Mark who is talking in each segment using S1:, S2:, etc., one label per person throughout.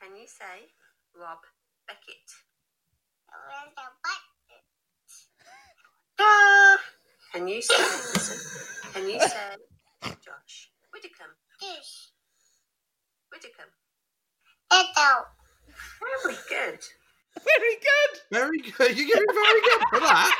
S1: Can you say Rob Beckett? Ah, Can you say? listen, Can you say Josh Widdicombe? Yes. Widdicombe. Hello. Very good.
S2: Very good.
S3: Very good. You're getting very good for that.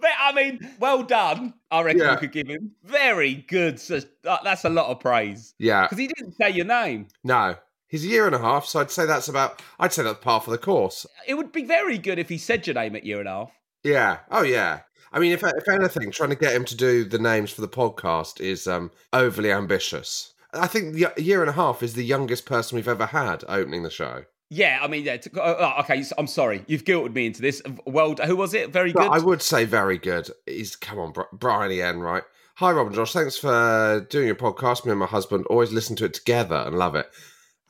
S2: But, I mean, well done. I reckon
S3: Yeah.
S2: we could give him very good. So uh, that's a lot of praise
S3: Yeah.
S2: because he didn't say your name.
S3: No. He's a year and a half, so I'd say that's about. I'd say that's par for the course.
S2: It would be very good if he said your name at year and a half.
S3: Yeah. Oh yeah. I mean, if if anything, trying to get him to do the names for the podcast is um overly ambitious. I think the- a year and a half is the youngest person we've ever had opening the show.
S2: Yeah, I mean, yeah. To, oh, oh, okay, so- I'm sorry. You've guilted me into this. Well, who was it? Very
S3: But
S2: good.
S3: I would say very good. He's come on, Bri- Brian Ian, right? Hi, Rob and Josh. Thanks for doing your podcast. Me and my husband always listen to it together and love it.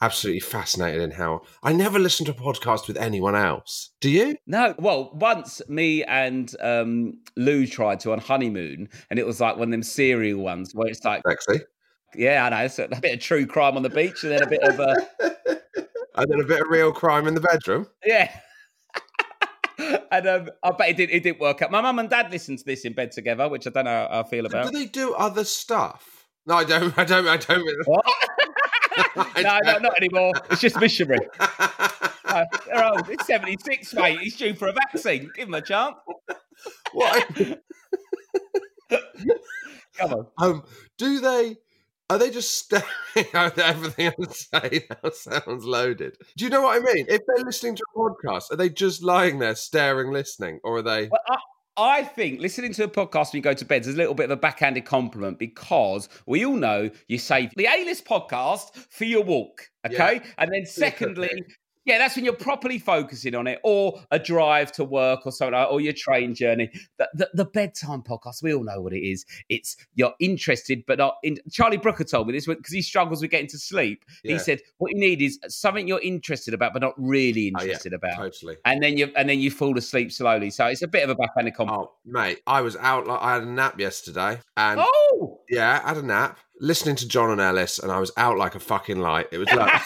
S3: Absolutely fascinated in how I never listen to a podcast with anyone else. Do you?
S2: No, well, once me and um, Lou tried to on honeymoon, and it was like one of them serial ones where it's like,
S3: Sexy.
S2: yeah, I know, it's a a bit of true crime on the beach, and then a bit of uh,
S3: And then a bit of real crime in the bedroom.
S2: Yeah. and um, I bet it, did, it didn't work out. My mum and dad listened to this in bed together, which I don't know how I feel
S3: Do
S2: about.
S3: they do other stuff? No, I don't. I don't. I don't.
S2: What?
S3: I
S2: no, no,
S3: don't.
S2: not anymore. It's just missionary. Uh, they're old. It's 76, mate. He's due for a vaccine. Give him a chance.
S3: What?
S2: Come on.
S3: Um, do they? Are they just staring at everything I'm saying? That sounds loaded. Do you know what I mean? If they're listening to a podcast, are they just lying there staring, listening, or are they?
S2: Well, I, I think listening to a podcast when you go to bed is a little bit of a backhanded compliment because we all know you save the A-list podcast for your walk, okay? And then secondly, yeah, that's when you're properly focusing on it, or a drive to work or something, like- or your train journey. The, the, the bedtime podcast, we all know what it is. It's you're interested but not in. Charlie Brooker told me this because he struggles with getting to sleep.
S3: Yeah.
S2: He said, "What you need is something you're interested about but not really
S3: Oh, yeah,
S2: interested about."
S3: Totally.
S2: and then you and then you fall asleep slowly. So it's a bit of a backhanded compliment.
S3: Oh, mate, I was out. Like, I had a nap yesterday, and
S2: Oh,
S3: yeah, I had a nap listening to John and Ellis, and I was out like a fucking light. It was like.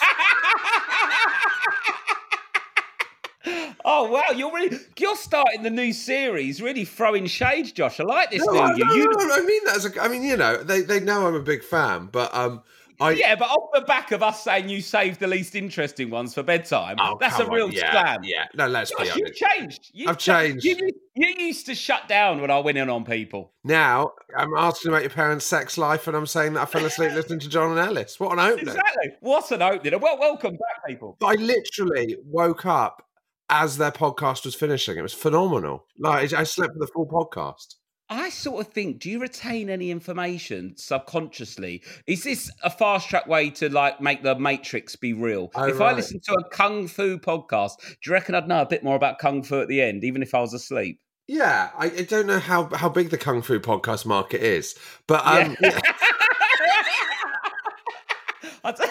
S2: oh wow! You're really you're starting the new series, really throwing shade, Josh. I like this
S3: No,
S2: new
S3: I,
S2: you.
S3: no,
S2: you
S3: no, no, I mean that as a, I mean you know they, they know I'm a big fan, but um I
S2: Yeah, but off the back of us saying you saved the least interesting ones for bedtime,
S3: Oh,
S2: that's a
S3: come on,
S2: real
S3: yeah,
S2: slam.
S3: Yeah, no, let's be
S2: Josh, you've
S3: honest.
S2: changed. You've
S3: I've
S2: cha-
S3: changed.
S2: You, you used to shut down when I went in on people.
S3: Now I'm asking about your parents' sex life, and I'm saying that I fell asleep listening to John and Ellis. What an opening!
S2: Exactly. What an opening. Well, welcome back, people.
S3: But I literally woke up as their podcast was finishing. It was phenomenal. Like I slept for the full podcast.
S2: I sort of think, do you retain any information subconsciously? Is this a fast track way to like make the matrix be real?
S3: Oh,
S2: if I
S3: right.
S2: listen to a kung fu podcast, do you reckon I'd know a bit more about kung fu at the end, even if I was asleep?
S3: Yeah, I, I don't know how, how big the kung fu podcast market is, but um, yeah.
S2: I d-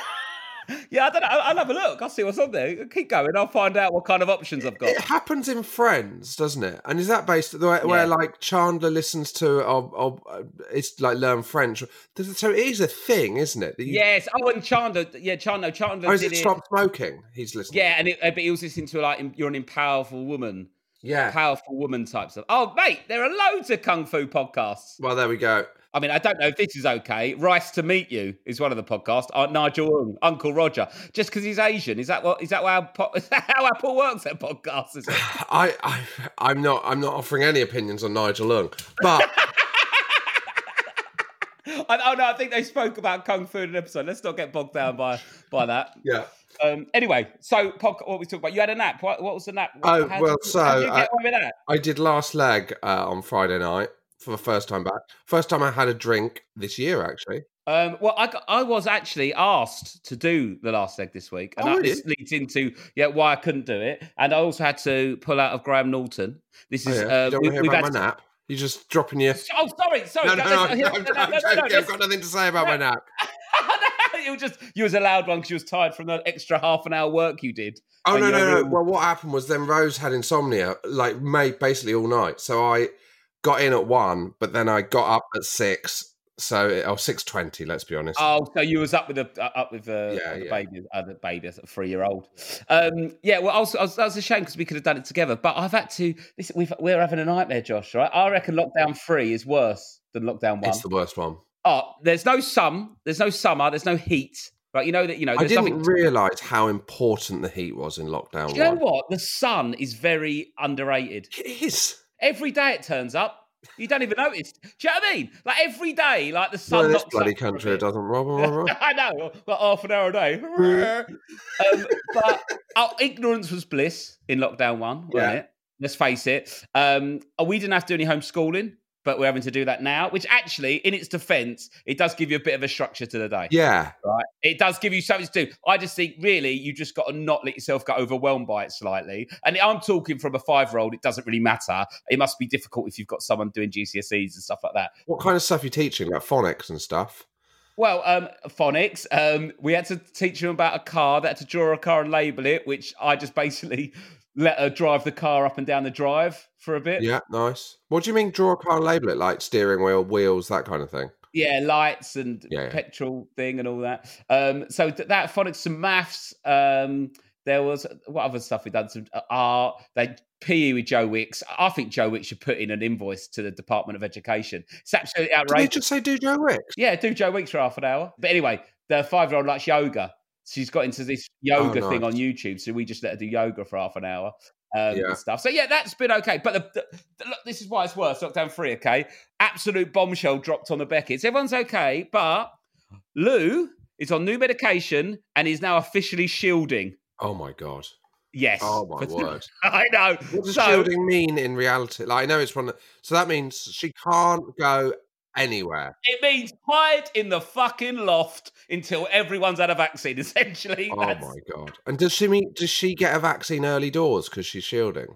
S2: yeah, I don't know. I'll I'll have a look. I'll see what's on there. Keep going. I'll find out what kind of options I've got.
S3: it happens in Friends, doesn't it? And is that based the way, where
S2: Yeah.
S3: like Chandler listens to or, or uh, it's like learn French? So it is a thing, isn't it? That you-
S2: Yes. Oh, and Chandler. Yeah, Chandler. Chandler
S3: Or is
S2: did
S3: it
S2: it.
S3: stop smoking? He's listening.
S2: Yeah, and it, uh, but he was listening to like you're an empowerful woman,
S3: yeah.
S2: powerful woman type stuff. Oh, mate, there are loads of kung fu podcasts.
S3: Well, there we go.
S2: I mean, I don't know if this is okay. Rice to meet you is one of the podcasts. Aunt Nigel Ung, Uncle Roger. Just because he's Asian, is that what is that how po- is that how Apple works at podcasts? Is it?
S3: I, I I'm not I'm not offering any opinions on Nigel Ung, but
S2: I, oh no, I think they spoke about kung fu in an episode. Let's not get bogged down by by that.
S3: yeah.
S2: Um, anyway, so pod- what we talked about? You had a nap. What, what was the nap?
S3: Oh,
S2: How did
S3: well,
S2: you-
S3: so,
S2: how did you
S3: uh,
S2: get on with that?
S3: I did last leg uh, on Friday night for the first time back. First time I had a drink this year, actually.
S2: Um, well, I, got- I was actually asked to do the last leg this week, and
S3: Oh,
S2: that,
S3: were
S2: this
S3: you?
S2: leads into yeah why I couldn't do it, and I also had to pull out of Graham Norton. This
S3: Oh,
S2: is
S3: yeah.
S2: uh,
S3: you don't want
S2: we,
S3: to hear
S2: we've
S3: about
S2: had.
S3: my nap. You're just dropping your.
S2: Oh, sorry, sorry.
S3: No, no, no,
S2: that- that's-
S3: I'm joking.
S2: no, no,
S3: I'm
S2: no, no,
S3: joking. I've
S2: that's-
S3: got nothing to say about my nap.
S2: you were just you was a loud one because you was tired from the extra half an hour work you did.
S3: Oh
S2: and
S3: no,
S2: your
S3: no, no.
S2: room-
S3: Well, what happened was then Rose had insomnia, like made basically all night. So I got in at one, but then I got up at six. So it, oh, six twenty. Let's be honest.
S2: Oh, so you was up with the uh, up with the,
S3: Yeah,
S2: the
S3: yeah.
S2: baby, uh, the baby, that's a three year old. Um, yeah, well, I was, I was, that was a shame because we could have done it together. But I've had to. This, we've, we're having a nightmare, Josh. Right? I reckon lockdown three is worse than lockdown one.
S3: it's the worst one.
S2: Oh, there's no sun. There's no summer. There's no heat. Right? You know that. You know.
S3: I
S2: There's
S3: didn't
S2: nothing-
S3: realize how important the heat was in lockdown.
S2: Do you know
S3: one.
S2: what? The sun is very underrated.
S3: It is.
S2: Every day it turns up. You don't even notice. Do you know what I mean? Like every day, like the sun.
S3: Well, this
S2: knocks
S3: bloody
S2: up for a
S3: country it
S2: bit.
S3: doesn't. Rob, rob, rob.
S2: I know, like half an hour a day. um, but our ignorance was bliss in lockdown one, wasn't
S3: Yeah.
S2: it? Let's face it. Um, uh, we didn't have to do any homeschooling, but we're having to do that now, which actually, in its defense, it does give you a bit of a structure to the day.
S3: Yeah,
S2: Right. It does give you something to do. I just think, really, you just got to not let yourself get overwhelmed by it slightly. And I'm talking from a five year old, it doesn't really matter. It must be difficult if you've got someone doing GCSEs and stuff like that.
S3: What kind of stuff you teaching? Like phonics and stuff.
S2: Well, um, phonics. Um, we had to teach them about a car. They had to draw a car and label it, which I just basically let her drive the car up and down the drive for a bit.
S3: Yeah, nice. What do you mean? Draw a car and label it like steering wheel, wheels, that kind of thing.
S2: Yeah, lights and
S3: Yeah, yeah.
S2: petrol thing and all that. Um, so th- that phonics, some maths. Um, there was what other stuff we done? Some uh, art. They PE with Joe Wicks. I think Joe Wicks should put in an invoice to the Department of Education. It's absolutely
S3: Did they
S2: outrageous.
S3: just say do Joe Wicks?
S2: Yeah, do Joe Weeks for half an hour. But anyway, the five year old likes yoga. She's got into this yoga
S3: Oh,
S2: thing
S3: nice.
S2: on YouTube. So we just let her do yoga for half an hour um,
S3: Yeah.
S2: and stuff. So yeah, that's been okay. But the, the, the- look, this is why it's worse. Lockdown three, okay? Absolute bombshell dropped on the Beckett's. Everyone's okay, but Lou is on new medication and is now officially shielding.
S3: Oh my god.
S2: Yes.
S3: Oh my
S2: For-
S3: word.
S2: I know.
S3: What does
S2: So-
S3: shielding mean in reality? Like I know it's one. So that means she can't go anywhere.
S2: It means hide in the fucking loft until everyone's had a vaccine, essentially.
S3: Oh
S2: That's-
S3: my god! And does she mean? Does she get a vaccine early doors because she's shielding?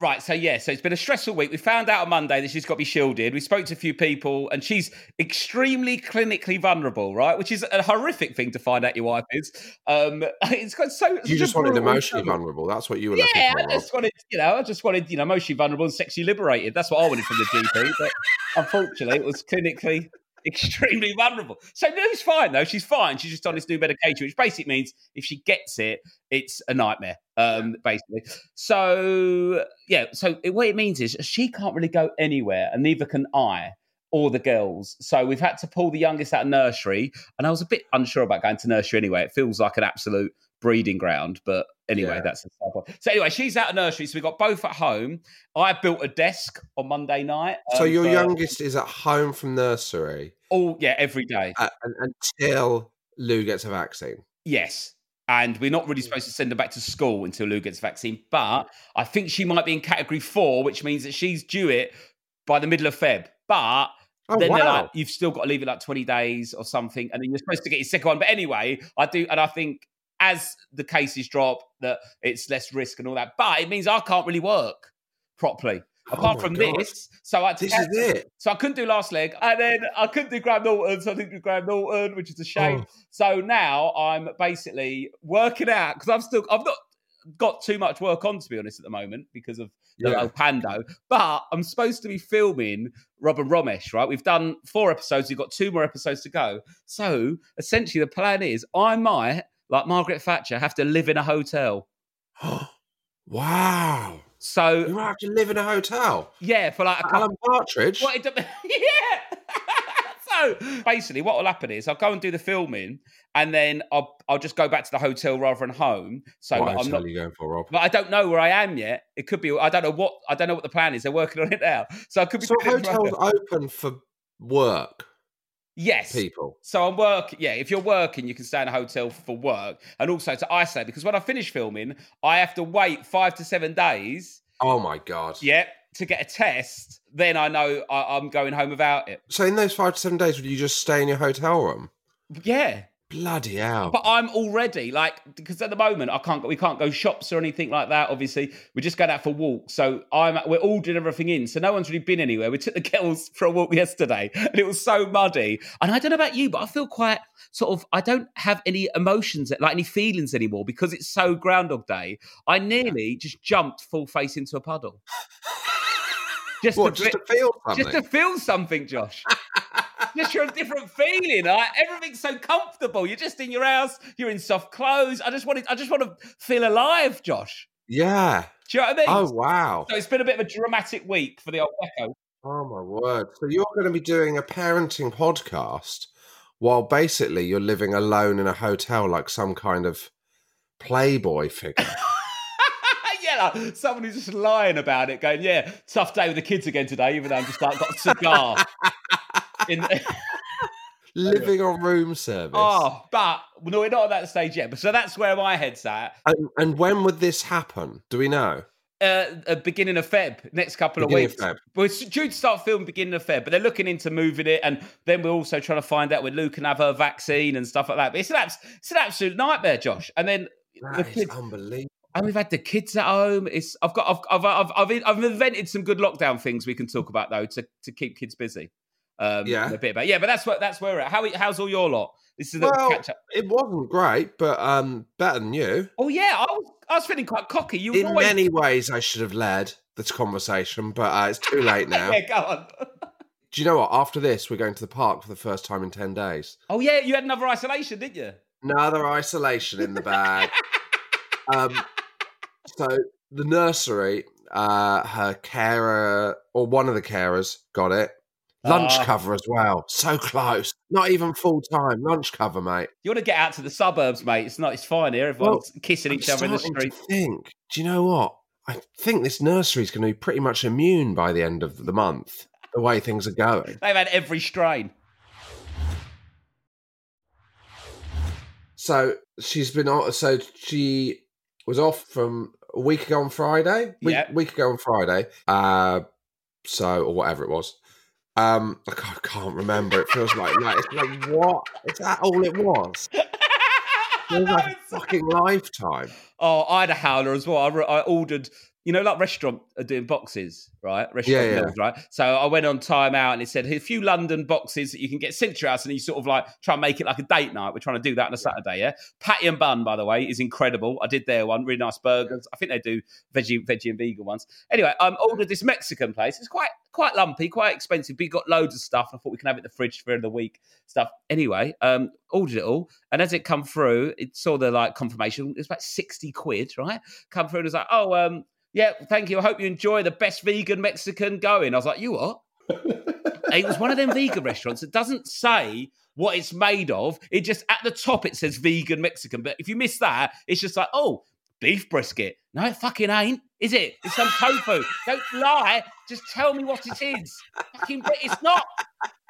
S2: Right, so yeah, so it's been a stressful week. We found out on Monday that she's got to be shielded. We spoke to a few people, and she's extremely clinically vulnerable, right? Which is a horrific thing to find out your wife is. Um, it's got so such
S3: You
S2: a
S3: just wanted
S2: brutal
S3: emotionally
S2: struggle.
S3: vulnerable. That's what you were
S2: Yeah,
S3: looking
S2: I
S3: for. Rob.
S2: just wanted, you know, I just wanted, you know, emotionally vulnerable and sexually liberated. That's what I wanted from the GP, but unfortunately, it was clinically extremely vulnerable. So Lou's fine though; she's fine. She's just on this new medication, which basically means if she gets it, it's a nightmare, um, basically. So yeah, so it, what it means is she can't really go anywhere, and neither can I. Or the girls. So we've had to pull the youngest out of nursery. And I was a bit unsure about going to nursery anyway. It feels like an absolute breeding ground. But anyway,
S3: Yeah.
S2: that's the side point. So anyway, she's out of nursery. So we got both at home. I built a desk on Monday night.
S3: So
S2: um,
S3: your
S2: for-
S3: youngest is at home from nursery
S2: Oh yeah, every day.
S3: uh, un until Lou gets a vaccine.
S2: Yes. And we're not really supposed to send her back to school until Lou gets a vaccine. But I think she might be in category four, which means that she's due it by the middle of Feb. But
S3: Oh,
S2: then they're
S3: wow.
S2: like, you've still got to leave it like 20 days or something, and then you're supposed to get your second one. But anyway, I do, and I think as the cases drop, that it's less risk and all that. But it means I can't really work properly.
S3: Oh
S2: Apart
S3: my
S2: from
S3: God.
S2: this, so I
S3: This is it.
S2: so I couldn't do last leg, and then I couldn't do Graham Norton, so I didn't do Graham Norton, which is a shame.
S3: Oh.
S2: So now I'm basically working out because I've still I've not got too much work on to be honest at the moment because of the
S3: Yeah.
S2: El Pando. But I'm supposed to be filming Robin Romesh, right? We've done four episodes, we've got two more episodes to go. So essentially the plan is I might, like Margaret Thatcher, have to live in a hotel.
S3: wow. You
S2: So
S3: might have to live in a hotel.
S2: yeah, for like a couple
S3: Alan Partridge.
S2: What it do- yeah. so basically, what will happen is I'll go and do the filming, and then I'll I'll just go back to the hotel rather than home. So
S3: What
S2: that I'm
S3: hotel
S2: not.
S3: are you going for, Rob?
S2: But I don't know where I am yet. It could be. I don't know what. I don't know what the plan is. They're working on it now. So I could be.
S3: So
S2: doing it from-
S3: hotels open for work
S2: Yes.
S3: people.
S2: So I'm work. Yeah, if you're working, you can stay in a hotel for work, and also to isolate because when I finish filming, I have to wait five to seven days.
S3: Oh my god.
S2: Yep. To get a test, then I know I, I'm going home without it.
S3: So in those five to seven days, would you just stay in your hotel room?
S2: Yeah.
S3: Bloody hell.
S2: But uh, I'm already like because at the moment I can't go- we can't go shops or anything like that. Obviously, we're just going out for walks. So I'm we're all doing everything in. So no one's really been anywhere. We took the girls for a walk yesterday, and it was so muddy. And I don't know about you, but I feel quite sort of I don't have any emotions like any feelings anymore because it's so Groundhog Day. I nearly just jumped full face into a puddle. just
S3: what,
S2: to
S3: just
S2: fi-
S3: to feel something?
S2: just to feel something, Josh. just you're a different feeling. Like, everything's so comfortable. You're just in your house. You're in soft clothes. I just wanted. I just want to feel alive, Josh.
S3: yeah.
S2: Do you know what I mean?
S3: Oh wow.
S2: So it's been a bit of a dramatic week for the old Becco.
S3: Oh my word. So you're going to be doing a parenting podcast while basically you're living alone in a hotel like some kind of playboy figure.
S2: yeah, like, someone who's just lying about it, going, "Yeah, tough day with the kids again today." Even though I'm just like got a cigar. in,
S3: living on room service.
S2: oh, but no, we're not at that stage yet. But so that's where my head's at.
S3: And, and when would this happen? Do we know?
S2: uh, uh, beginning of Feb, next couple
S3: Beginning
S2: of
S3: of
S2: weeks.
S3: Feb.
S2: We're s- due to start filming beginning of Feb, but they're looking into moving it, and then we're also trying to find out where Lou can have her vaccine and stuff like that. But it's an abs- it's an absolute nightmare, Josh. And then the
S3: That is
S2: kids,
S3: unbelievable.
S2: and we've had the kids at home. It's I've got I've I've I've, I've, in- I've invented some good lockdown things we can talk about though to, to keep kids busy. Um,
S3: Yeah.
S2: in a bit, but yeah, but that's what that's where we're at. How how's all your lot? This is a
S3: Well-
S2: catch up.
S3: It wasn't great, but um, better than you.
S2: Oh yeah, I was, I was feeling quite cocky. You
S3: In
S2: always
S3: many ways, I should have led this conversation, but uh, it's too late now.
S2: yeah, go on.
S3: Do you know what? After this, we're going to the park for the first time in 10 days.
S2: Oh yeah, you had another isolation, didn't you?
S3: Another isolation in the bag. um, so the nursery, uh, her carer, or one of the carers, got it. Lunch
S2: Ah.
S3: cover as well. So close. Not even full time. Lunch cover, mate.
S2: You want to get out to the suburbs, mate. It's not. It's fine here. Everyone's kissing
S3: I'm
S2: each other in the
S3: starting
S2: street.
S3: To think, do you know what? I think this nursery's going to be pretty much immune by the end of the month, the way things are going.
S2: They've had every strain.
S3: So she's been on. So she was off from a week ago on Friday. Week,
S2: Yeah.
S3: week ago on Friday. Uh, so or whatever it was. Um, I can't, I can't remember. It feels like like it's like what is that? All it was. It was like a fucking lifetime.
S2: oh, I had a howler as well. I, re- I ordered, you know, like restaurant are doing boxes, right? Restaurant
S3: Yeah, yeah.
S2: meals, right? So I went on time out and it said a few London boxes that you can get sent to your house, and you sort of like try and make it like a date night. We're trying to do that on a Saturday, yeah. Patty and Bun, by the way, is incredible. I did their one, really nice burgers. I think they do veggie, veggie and vegan ones. Anyway, I um, ordered this Mexican place. It's quite quite lumpy, quite expensive, but you got loads of stuff. I thought we can have it in the fridge for the week stuff. Anyway, um, ordered it all, and as it come through, it saw the like confirmation. It was about sixty quid, right? Come through and was like, oh, um, yeah, thank you. I hope you enjoy the best vegan Mexican going. I was like, you what? it was one of them vegan restaurants that doesn't say what it's made of. It just at the top it says vegan Mexican, but if you miss that, it's just like, oh, beef brisket. No, it fucking ain't, is it? It's some tofu. Don't lie. Just tell me what it is. Fucking, bri- it's not.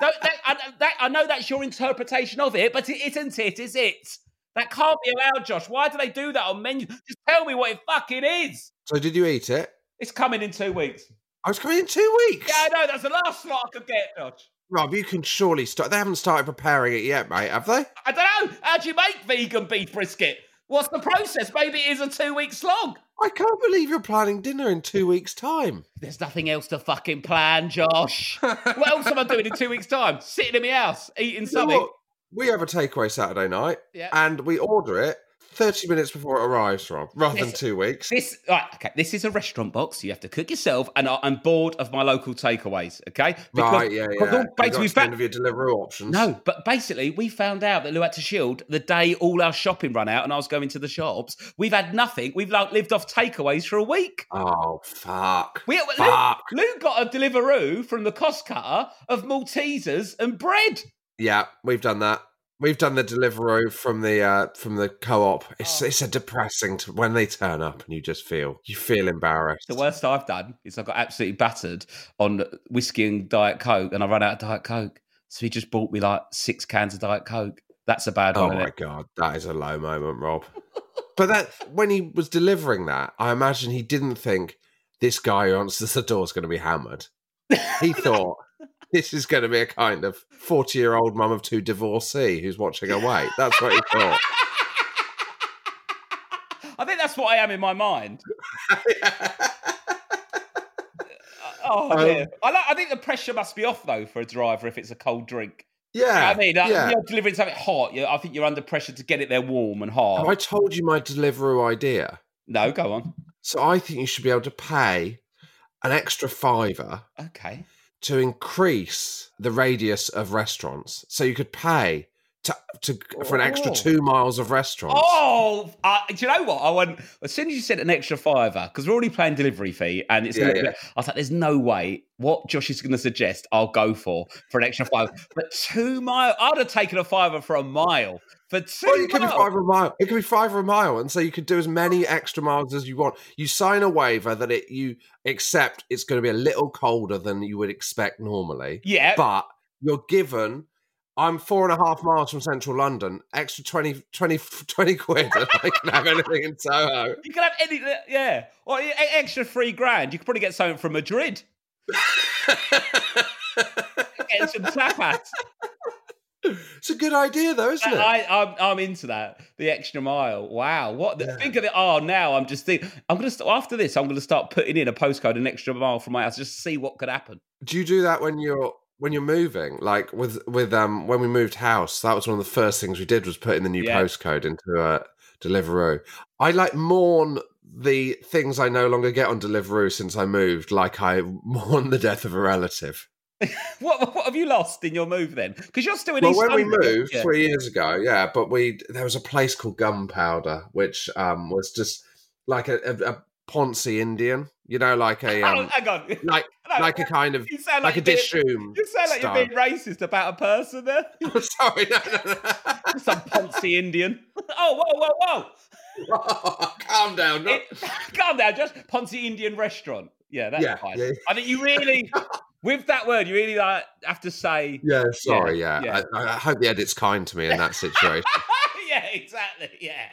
S2: Don't, that, I, that, I know that's your interpretation of it, but it isn't it, is it? That can't be allowed, Josh. Why do they do that on menu? Just tell me what it fucking is.
S3: So did you eat it?
S2: It's coming in two weeks.
S3: I was coming in two weeks.
S2: Yeah, I know. That's the last slot I could get, Dodge.
S3: Rob, you can surely start. They haven't started preparing it yet, mate, have they?
S2: I don't know. How do you make vegan beef brisket? What's the process? Maybe it is a two week slog.
S3: I can't believe you're planning dinner in two weeks' time.
S2: There's nothing else to fucking plan, Josh. what else am I doing in two weeks' time? Sitting in my house, eating
S3: You know
S2: something.
S3: what? We have a takeaway Saturday night
S2: Yeah.
S3: and we order it 30 minutes before it arrives, Rob, rather than
S2: Yes.
S3: two weeks.
S2: This right, okay. This is a restaurant box. You have to cook yourself, and I, I'm bored of my local takeaways. Okay,
S3: right, yeah, yeah.
S2: because all-
S3: You got
S2: basically, we
S3: to the end
S2: fa-
S3: of your delivery options.
S2: no, but basically, we found out that Lou had to shield the day all our shopping ran out, and I was going to the shops. We've had nothing. We've like lived off takeaways for a week.
S3: Oh, fuck.
S2: We, Lou,
S3: fuck.
S2: Lou got a Deliveroo from the cost cutter of Maltesers and bread.
S3: Yeah, we've done that. We've done the delivery from the uh, from the co-op. It's
S2: Oh.
S3: it's a depressing t- when they turn up and you just feel you feel embarrassed.
S2: The worst I've done is I got absolutely battered on whiskey and Diet Coke, and I ran out of Diet Coke. So he just bought me like six cans of Diet Coke. That's a bad
S3: Oh
S2: one.
S3: my
S2: innit?
S3: god, that is a low moment, Rob. but that when he was delivering that, I imagine he didn't think this guy who answers the door is going to be hammered. He thought this is going to be a kind of forty-year-old mum of two divorcee who's watching her weight. That's what he thought.
S2: I think that's what I am in my mind. Oh,
S3: Um,
S2: dear. I, like, I think the pressure must be off though for a driver if it's a cold drink.
S3: yeah,
S2: I mean, uh, like,
S3: yeah.
S2: you're delivering something hot. you I think you're under pressure to get it there warm and
S3: Have
S2: hard.
S3: I told you my delivery idea?
S2: No, go on.
S3: So I think you should be able to pay an extra fiver
S2: Okay.
S3: to increase the radius of restaurants. So you could pay to, to for an extra
S2: Oh.
S3: two miles of restaurants.
S2: Oh, uh, do you know what? I went as soon as you said an extra fiver because we're already playing delivery fee, and it's.
S3: Yeah,
S2: gonna be-
S3: yeah.
S2: I was like, "There's no way what Josh is going to suggest. I'll go for for an extra five, but two mile. I'd have taken a fiver for a mile for two.
S3: Well, it could be
S2: miles.
S3: five a mile. It could be five a mile, and so you could do as many extra miles as you want. You sign a waiver that it you accept it's going to be a little colder than you would expect normally,
S2: Yeah,
S3: but you're given. I'm four and a half miles from central London. Extra 20, 20, 20 quid, and I can have anything in Soho.
S2: you can have any. Yeah, or e- extra three grand. You could probably get something from Madrid. Get some tapas.
S3: It's a good idea, though, isn't it?
S2: I, I'm, I'm into that. The extra mile. Wow. What? The, Think of it. Oh, now I'm just thinking. I'm gonna st- after this. I'm gonna start putting in a postcode an extra mile from my house just to see what could happen.
S3: do you do that when you're when you're moving? Like with with um when we moved house, that was one of the first things we did was put in the new
S2: Yeah.
S3: postcode into uh, Deliveroo. I like mourn the things I no longer get on Deliveroo since I moved, like I mourn the death of a relative.
S2: What What have you lost in your move then? Because you're still in
S3: Well,
S2: East
S3: when we
S2: London.
S3: moved
S2: Yeah.
S3: three years ago, yeah, but we there was a place called Gunpowder, which um was just like a, a, a Ponzi Indian, you know, like a
S2: Oh,
S3: um,
S2: hang on.
S3: like
S2: No,
S3: like a kind of
S2: you sound
S3: like a
S2: you're being-
S3: dishoom.
S2: You sound like
S3: style.
S2: you're being racist about a person there.
S3: Sorry, no, no, no.
S2: Some Ponzi Indian. Oh, whoa, whoa,
S3: Calm down.
S2: whoa.
S3: Not...
S2: It, calm down, just Ponzi Indian restaurant. Yeah, that's
S3: Yeah,
S2: fine.
S3: yeah.
S2: I think you really, with that word, you really like have to say
S3: Yeah, sorry. Yeah,
S2: yeah.
S3: I, I hope the edit's kind to me in that situation.
S2: yeah, exactly. Yeah.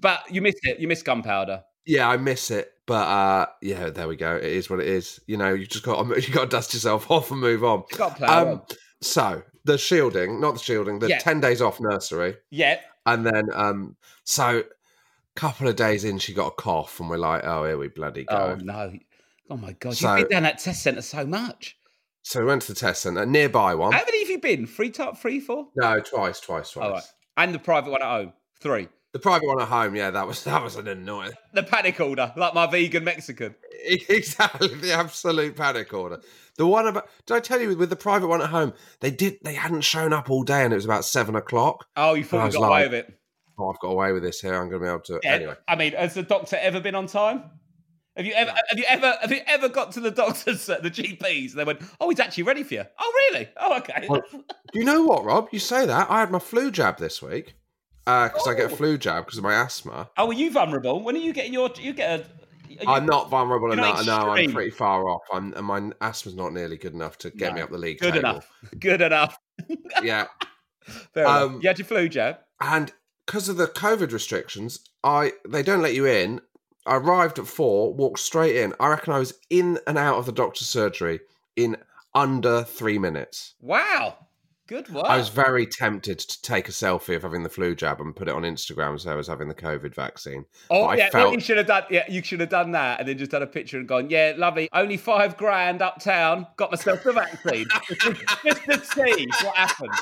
S2: but you missed it. You missed gunpowder.
S3: yeah, I miss it, but uh, yeah, there we go. It is what it is. You know, you just got you got to dust yourself off and move on.
S2: Got plough.
S3: Um, so the shielding, not the shielding, the
S2: Yeah.
S3: ten days off nursery,
S2: yeah.
S3: and then um, so couple of days in, she got a cough, and we're like, oh, here we bloody go.
S2: Oh no. Oh my god.
S3: So-
S2: You've been down that test centre so much.
S3: So we went to the test centre, nearby one.
S2: How many have you been? Three top, three, four?
S3: No, twice, twice, twice.
S2: All right. And the private one at home. Three.
S3: The private one at home, yeah, that was that was an annoying.
S2: The panic order, like my vegan Mexican.
S3: Exactly, the absolute panic order. The one about did I tell you with the private one at home? They did they hadn't shown up all day, and it was about seven o'clock.
S2: Oh, you thought
S3: I
S2: you
S3: was
S2: got away
S3: like-
S2: with it.
S3: Oh, I've got away with this here. I'm going to be able to
S2: Yeah.
S3: anyway.
S2: I mean, has the doctor ever been on time? Have you ever have you ever have you ever got to the doctor's uh, the GPs and they went, Oh, he's actually ready for you. Oh really? Oh okay.
S3: Well, You know what, Rob? You say that I had my flu jab this week because I get a
S2: Oh.
S3: flu jab because of my asthma.
S2: Oh, are you vulnerable? When are you getting your? You get a. are
S3: I'm
S2: you-
S3: not vulnerable
S2: you're not
S3: enough. No, I'm
S2: extreme.
S3: pretty far off. I'm, and my asthma's not nearly good enough to get
S2: No.
S3: me up the league.
S2: good
S3: table.
S2: enough. Good enough.
S3: Yeah,
S2: Fair
S3: Um,
S2: enough. You had your flu jab.
S3: and because of the COVID restrictions, I they don't let you in I arrived at four, walked straight in. I reckon I was in and out of the doctor's surgery in under three minutes.
S2: Wow. Good work.
S3: I was very tempted to take a selfie of having the flu jab and put it on Instagram so I was having the COVID vaccine.
S2: Oh
S3: But I
S2: yeah,
S3: felt-
S2: well, you should have done. Yeah, you should have done that, and then just done a picture and gone, "Yeah, lovely. Only five grand uptown. Got myself the vaccine just to see what happened."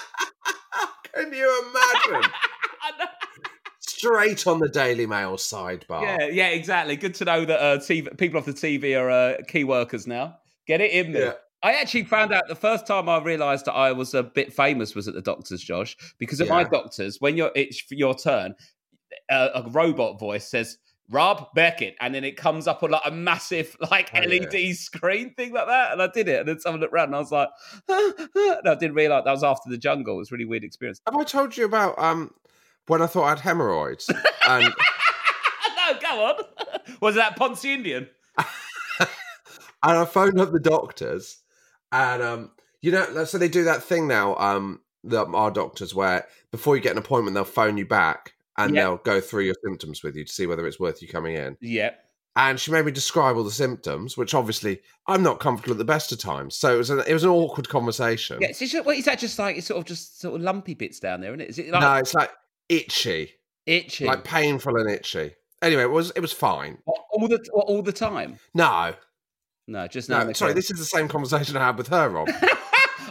S3: Can you imagine? Straight on the Daily Mail sidebar.
S2: Yeah, yeah, exactly. Good to know that uh, TV, people off the TV are uh, key workers now. Get it in there.
S3: Yeah.
S2: I actually found out the first time I realised that I was a bit famous was at the doctor's, Josh, because at my
S3: Yeah.
S2: doctor's, when you're it's your turn, a, a robot voice says Rob Beckett, and then it comes up on like a massive like
S3: Oh, yeah.
S2: LED screen thing like that, and I did it, and then someone looked around, and I was like, and I didn't realise that was after the jungle. It was a really weird experience.
S3: Have I told you about um when I thought I had hemorrhoids? And
S2: no, go on. was that Ponce Indian?
S3: and I phoned up the doctors, and um, you know, so they do that thing now, um, that our doctors where before you get an appointment, they'll phone you back and
S2: Yeah.
S3: they'll go through your symptoms with you to see whether it's worth you coming in.
S2: Yeah.
S3: And she made me describe all the symptoms, which obviously I'm not comfortable at the best of times. So it was an it was an awkward conversation.
S2: Yeah, so it's just, what is that just like? It's sort of just sort of lumpy bits down there, isn't it? Is it like
S3: no, it's like itchy,
S2: itchy?
S3: like painful and itchy. Anyway, it was it was fine.
S2: What, all the what, all the time?
S3: No,
S2: No, just now.
S3: no,
S2: and
S3: sorry,
S2: again.
S3: this is the same conversation I had with her, Rob.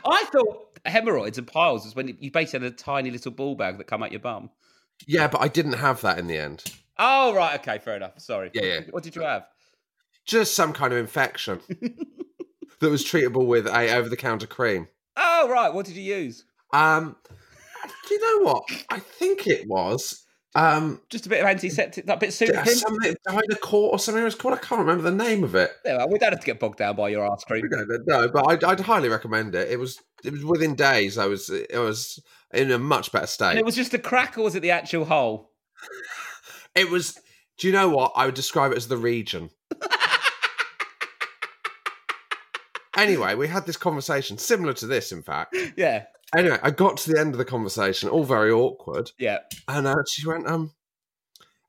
S2: I thought hemorrhoids and piles is when you basically had a tiny little ball bag that come out your bum.
S3: yeah, but I didn't have that in the end.
S2: Oh right, okay, fair enough. Sorry.
S3: Yeah,
S2: What
S3: yeah.
S2: did- What did you have?
S3: just some kind of infection that was treatable with a over-the-counter cream.
S2: Oh right, what did you use?
S3: Um, do you know what? I think it was um
S2: Just a bit of antiseptic, that bit of Sudafed.
S3: something court or something it was called. I can't remember the name of it.
S2: There we are. We don't have to get bogged down by your arse
S3: You
S2: cream.
S3: know, but No, but I'd, I'd highly recommend it. It was it was within days. I was I was in a much better
S2: And
S3: state.
S2: it was just a crack, or was it the actual hole?
S3: It was. Do you know what? I would describe it as the region. anyway, we had this conversation similar to this, in fact.
S2: Yeah,
S3: Anyway, I got to the end of the conversation, all very awkward,
S2: yeah.
S3: and uh, she went, "Um,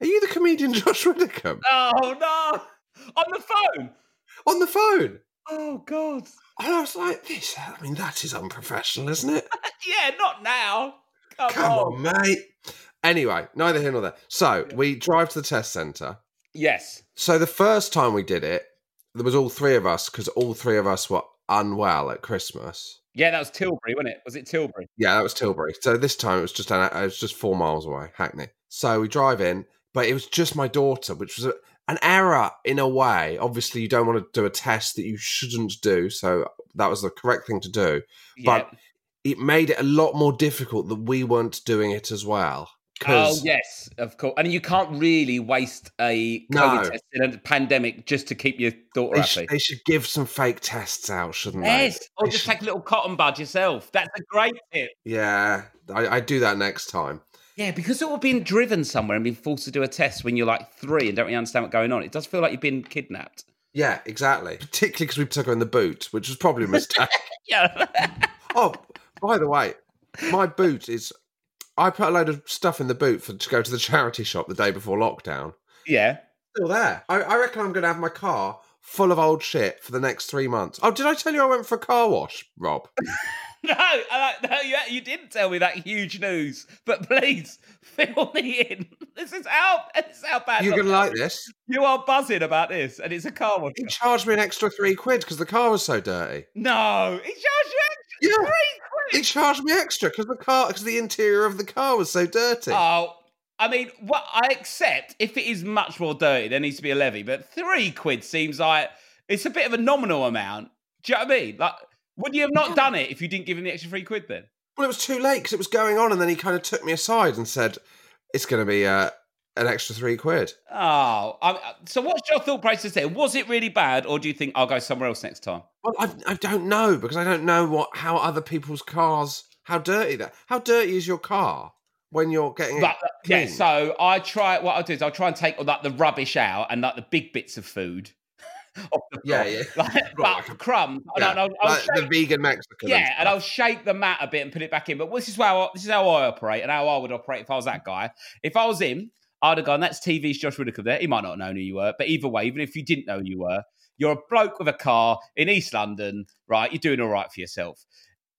S3: are you the comedian Josh Widdicombe
S2: Oh no, on the phone.
S3: on the phone?"
S2: Oh god.
S3: And I was like, "This, I mean, that is unprofessional, isn't it?
S2: Yeah, not now. Come,
S3: Come on, mate." Anyway, neither here nor there. So we drive to the test centre.
S2: Yes.
S3: So the first time we did it, there was all three of us because all three of us were unwell at Christmas.
S2: Yeah, that was Tilbury, wasn't it? Was it Tilbury?
S3: Yeah, that was Tilbury. So this time it was just an, it was just four miles away, Hackney. So we drive in, but it was just my daughter, which was a, an error in a way. Obviously, you don't want to do a test that you shouldn't do, so that was the correct thing to do.
S2: Yeah. Oh,
S3: But it made it a lot more difficult that we weren't doing it as well.
S2: oh
S3: Because
S2: yes, of course. And you can't really waste a COVID
S3: No.
S2: test in a pandemic just to keep your daughter
S3: they,
S2: happy.
S3: should, they should give some fake tests out, shouldn't they?
S2: yes, or
S3: They
S2: just
S3: should-
S2: take a little cotton bud yourself. That's a great tip.
S3: yeah, I, I do that next time.
S2: Yeah, because all being driven somewhere and being forced to do a test when you're like three and don't really understand what's going on, it does feel like you've been kidnapped.
S3: Yeah, exactly. Particularly because we took her in the boot, which was probably a mistake.
S2: Yeah.
S3: oh, by the way, my boot is. I put a load of stuff in the boot for to go to the charity shop the day before lockdown.
S2: yeah.
S3: Still there. I, I reckon I'm going to have my car full of old shit for the next three months. Oh, did I tell you I went for a car wash, Rob?
S2: No, I, like- no, you, you didn't tell me that huge news. But please fill me in. This is how this is how bad
S3: You're
S2: lockdown
S3: going to like this.
S2: You are buzzing about this, and it's a car wash.
S3: He charged me an extra three quid because the car was so dirty.
S2: No, he charged you extra
S3: Yeah,
S2: three
S3: he
S2: quid.
S3: charged me extra because the car because the interior of the car was so dirty.
S2: Oh, I mean, what I accept if it is much more dirty, there needs to be a levy. But three quid seems like it's a bit of a nominal amount. Do you know what I mean? Like, would you have not done it if you didn't give him the extra three quid then?
S3: Well, it was too late because it was going on, and then he kind of took me aside and said, "It's going to be uh, an extra three quid."
S2: Oh, I, so what's your thought process there? Was it really bad, or do you think I'll go somewhere else next time?
S3: Well, I, I don't know because I don't know what how other people's cars how dirty that how dirty is your car when you're getting
S2: But
S3: it
S2: yeah,
S3: cleaned?
S2: so I try. What I'll do is I'll try and take all like the rubbish out and like the big bits of food. off the
S3: Yeah,
S2: floor.
S3: yeah.
S2: Like, but
S3: Right.
S2: crumbs. and I'll,
S3: Yeah,
S2: I'll, I'll
S3: like the
S2: shake,
S3: vegan Mexican.
S2: yeah, and I'll shake the mat a bit and put it back in. But this is how I, this is how I operate and how I would operate if I was that guy. If I was him, I'd have gone, that's TV's Josh Whitaker there. He might not have known who you were, but either way, even if you didn't know who you were, you're a bloke with a car in East London, right? You're doing all right for yourself.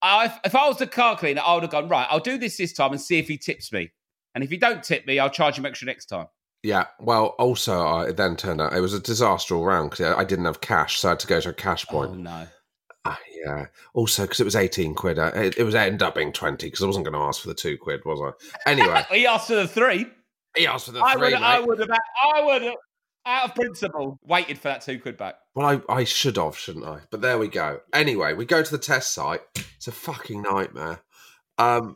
S2: I, if I was the car cleaner, I would have gone, right, I'll do this this time and see if he tips me. And if he don't tip me, I'll charge him extra next time.
S3: Yeah. Well, also, uh, it then turned out it was a disaster all round because I didn't have cash, so I had to go to a cash point.
S2: Oh, no.
S3: Ah, yeah. Also, because it was eighteen quid, uh, it, it was end up being twenty because I wasn't going to ask for the two quid, was I? Anyway,
S2: He asked for the three.
S3: he asked for the
S2: I
S3: three.
S2: would,
S3: mate.
S2: I would have, I would have, out of principle, waited for that two quid back.
S3: Well, I, I should have, shouldn't I? But there we go. Anyway, we go to the test site. It's a fucking nightmare. Um,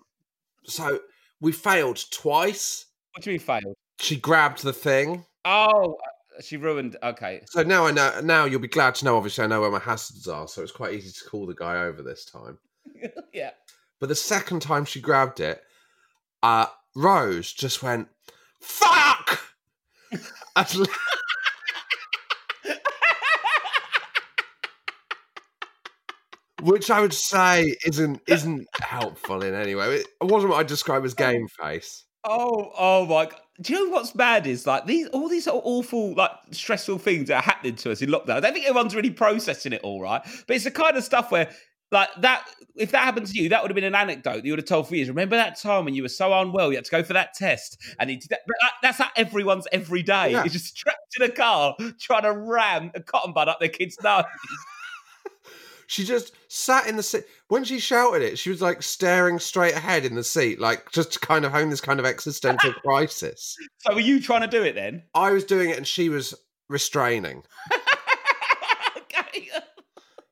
S3: so we failed twice.
S2: What do you mean failed?
S3: She grabbed the thing.
S2: Oh, she ruined. Okay.
S3: So now I know. Now you'll be glad to know. Obviously, I know where my hazards are, so it's quite easy to call the guy over this time.
S2: yeah.
S3: But the second time she grabbed it, uh, Rose just went, "Fuck!" and le- Which I would say isn't isn't helpful in any way. It wasn't what I would describe as game face.
S2: Oh, oh my! God. Do you know what's bad is like these all these awful like stressful things that are happening to us in lockdown. I don't think everyone's really processing it all right, but it's the kind of stuff where like that if that happened to you, that would have been an anecdote that you would have told for years. Remember that time when you were so unwell, you had to go for that test, and he did that. But like, that's like everyone's every day.
S3: Yeah.
S2: You're just trapped in a car trying to ram a cotton bud up their kid's nose.
S3: She just sat in the seat. When she shouted it, she was like staring straight ahead in the seat, like just to kind of home this kind of existential crisis.
S2: so, were you trying to do it then?
S3: I was doing it and she was restraining.
S2: okay.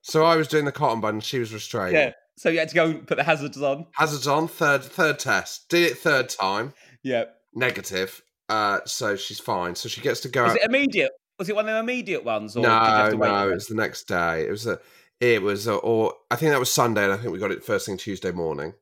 S3: So I was doing the cotton bud and she was restraining.
S2: Yeah. So you had to go and put the hazards on.
S3: Hazards on third third test. Did it third time.
S2: Yeah.
S3: Negative. Uh, so she's fine. So she gets to go.
S2: Was
S3: out.
S2: it immediate? Was it one of the immediate ones? Or did you
S3: no,
S2: have to wait?
S3: no, it was the next day. It was a. It was a, or I think that was Sunday, and I think we got it first thing Tuesday morning.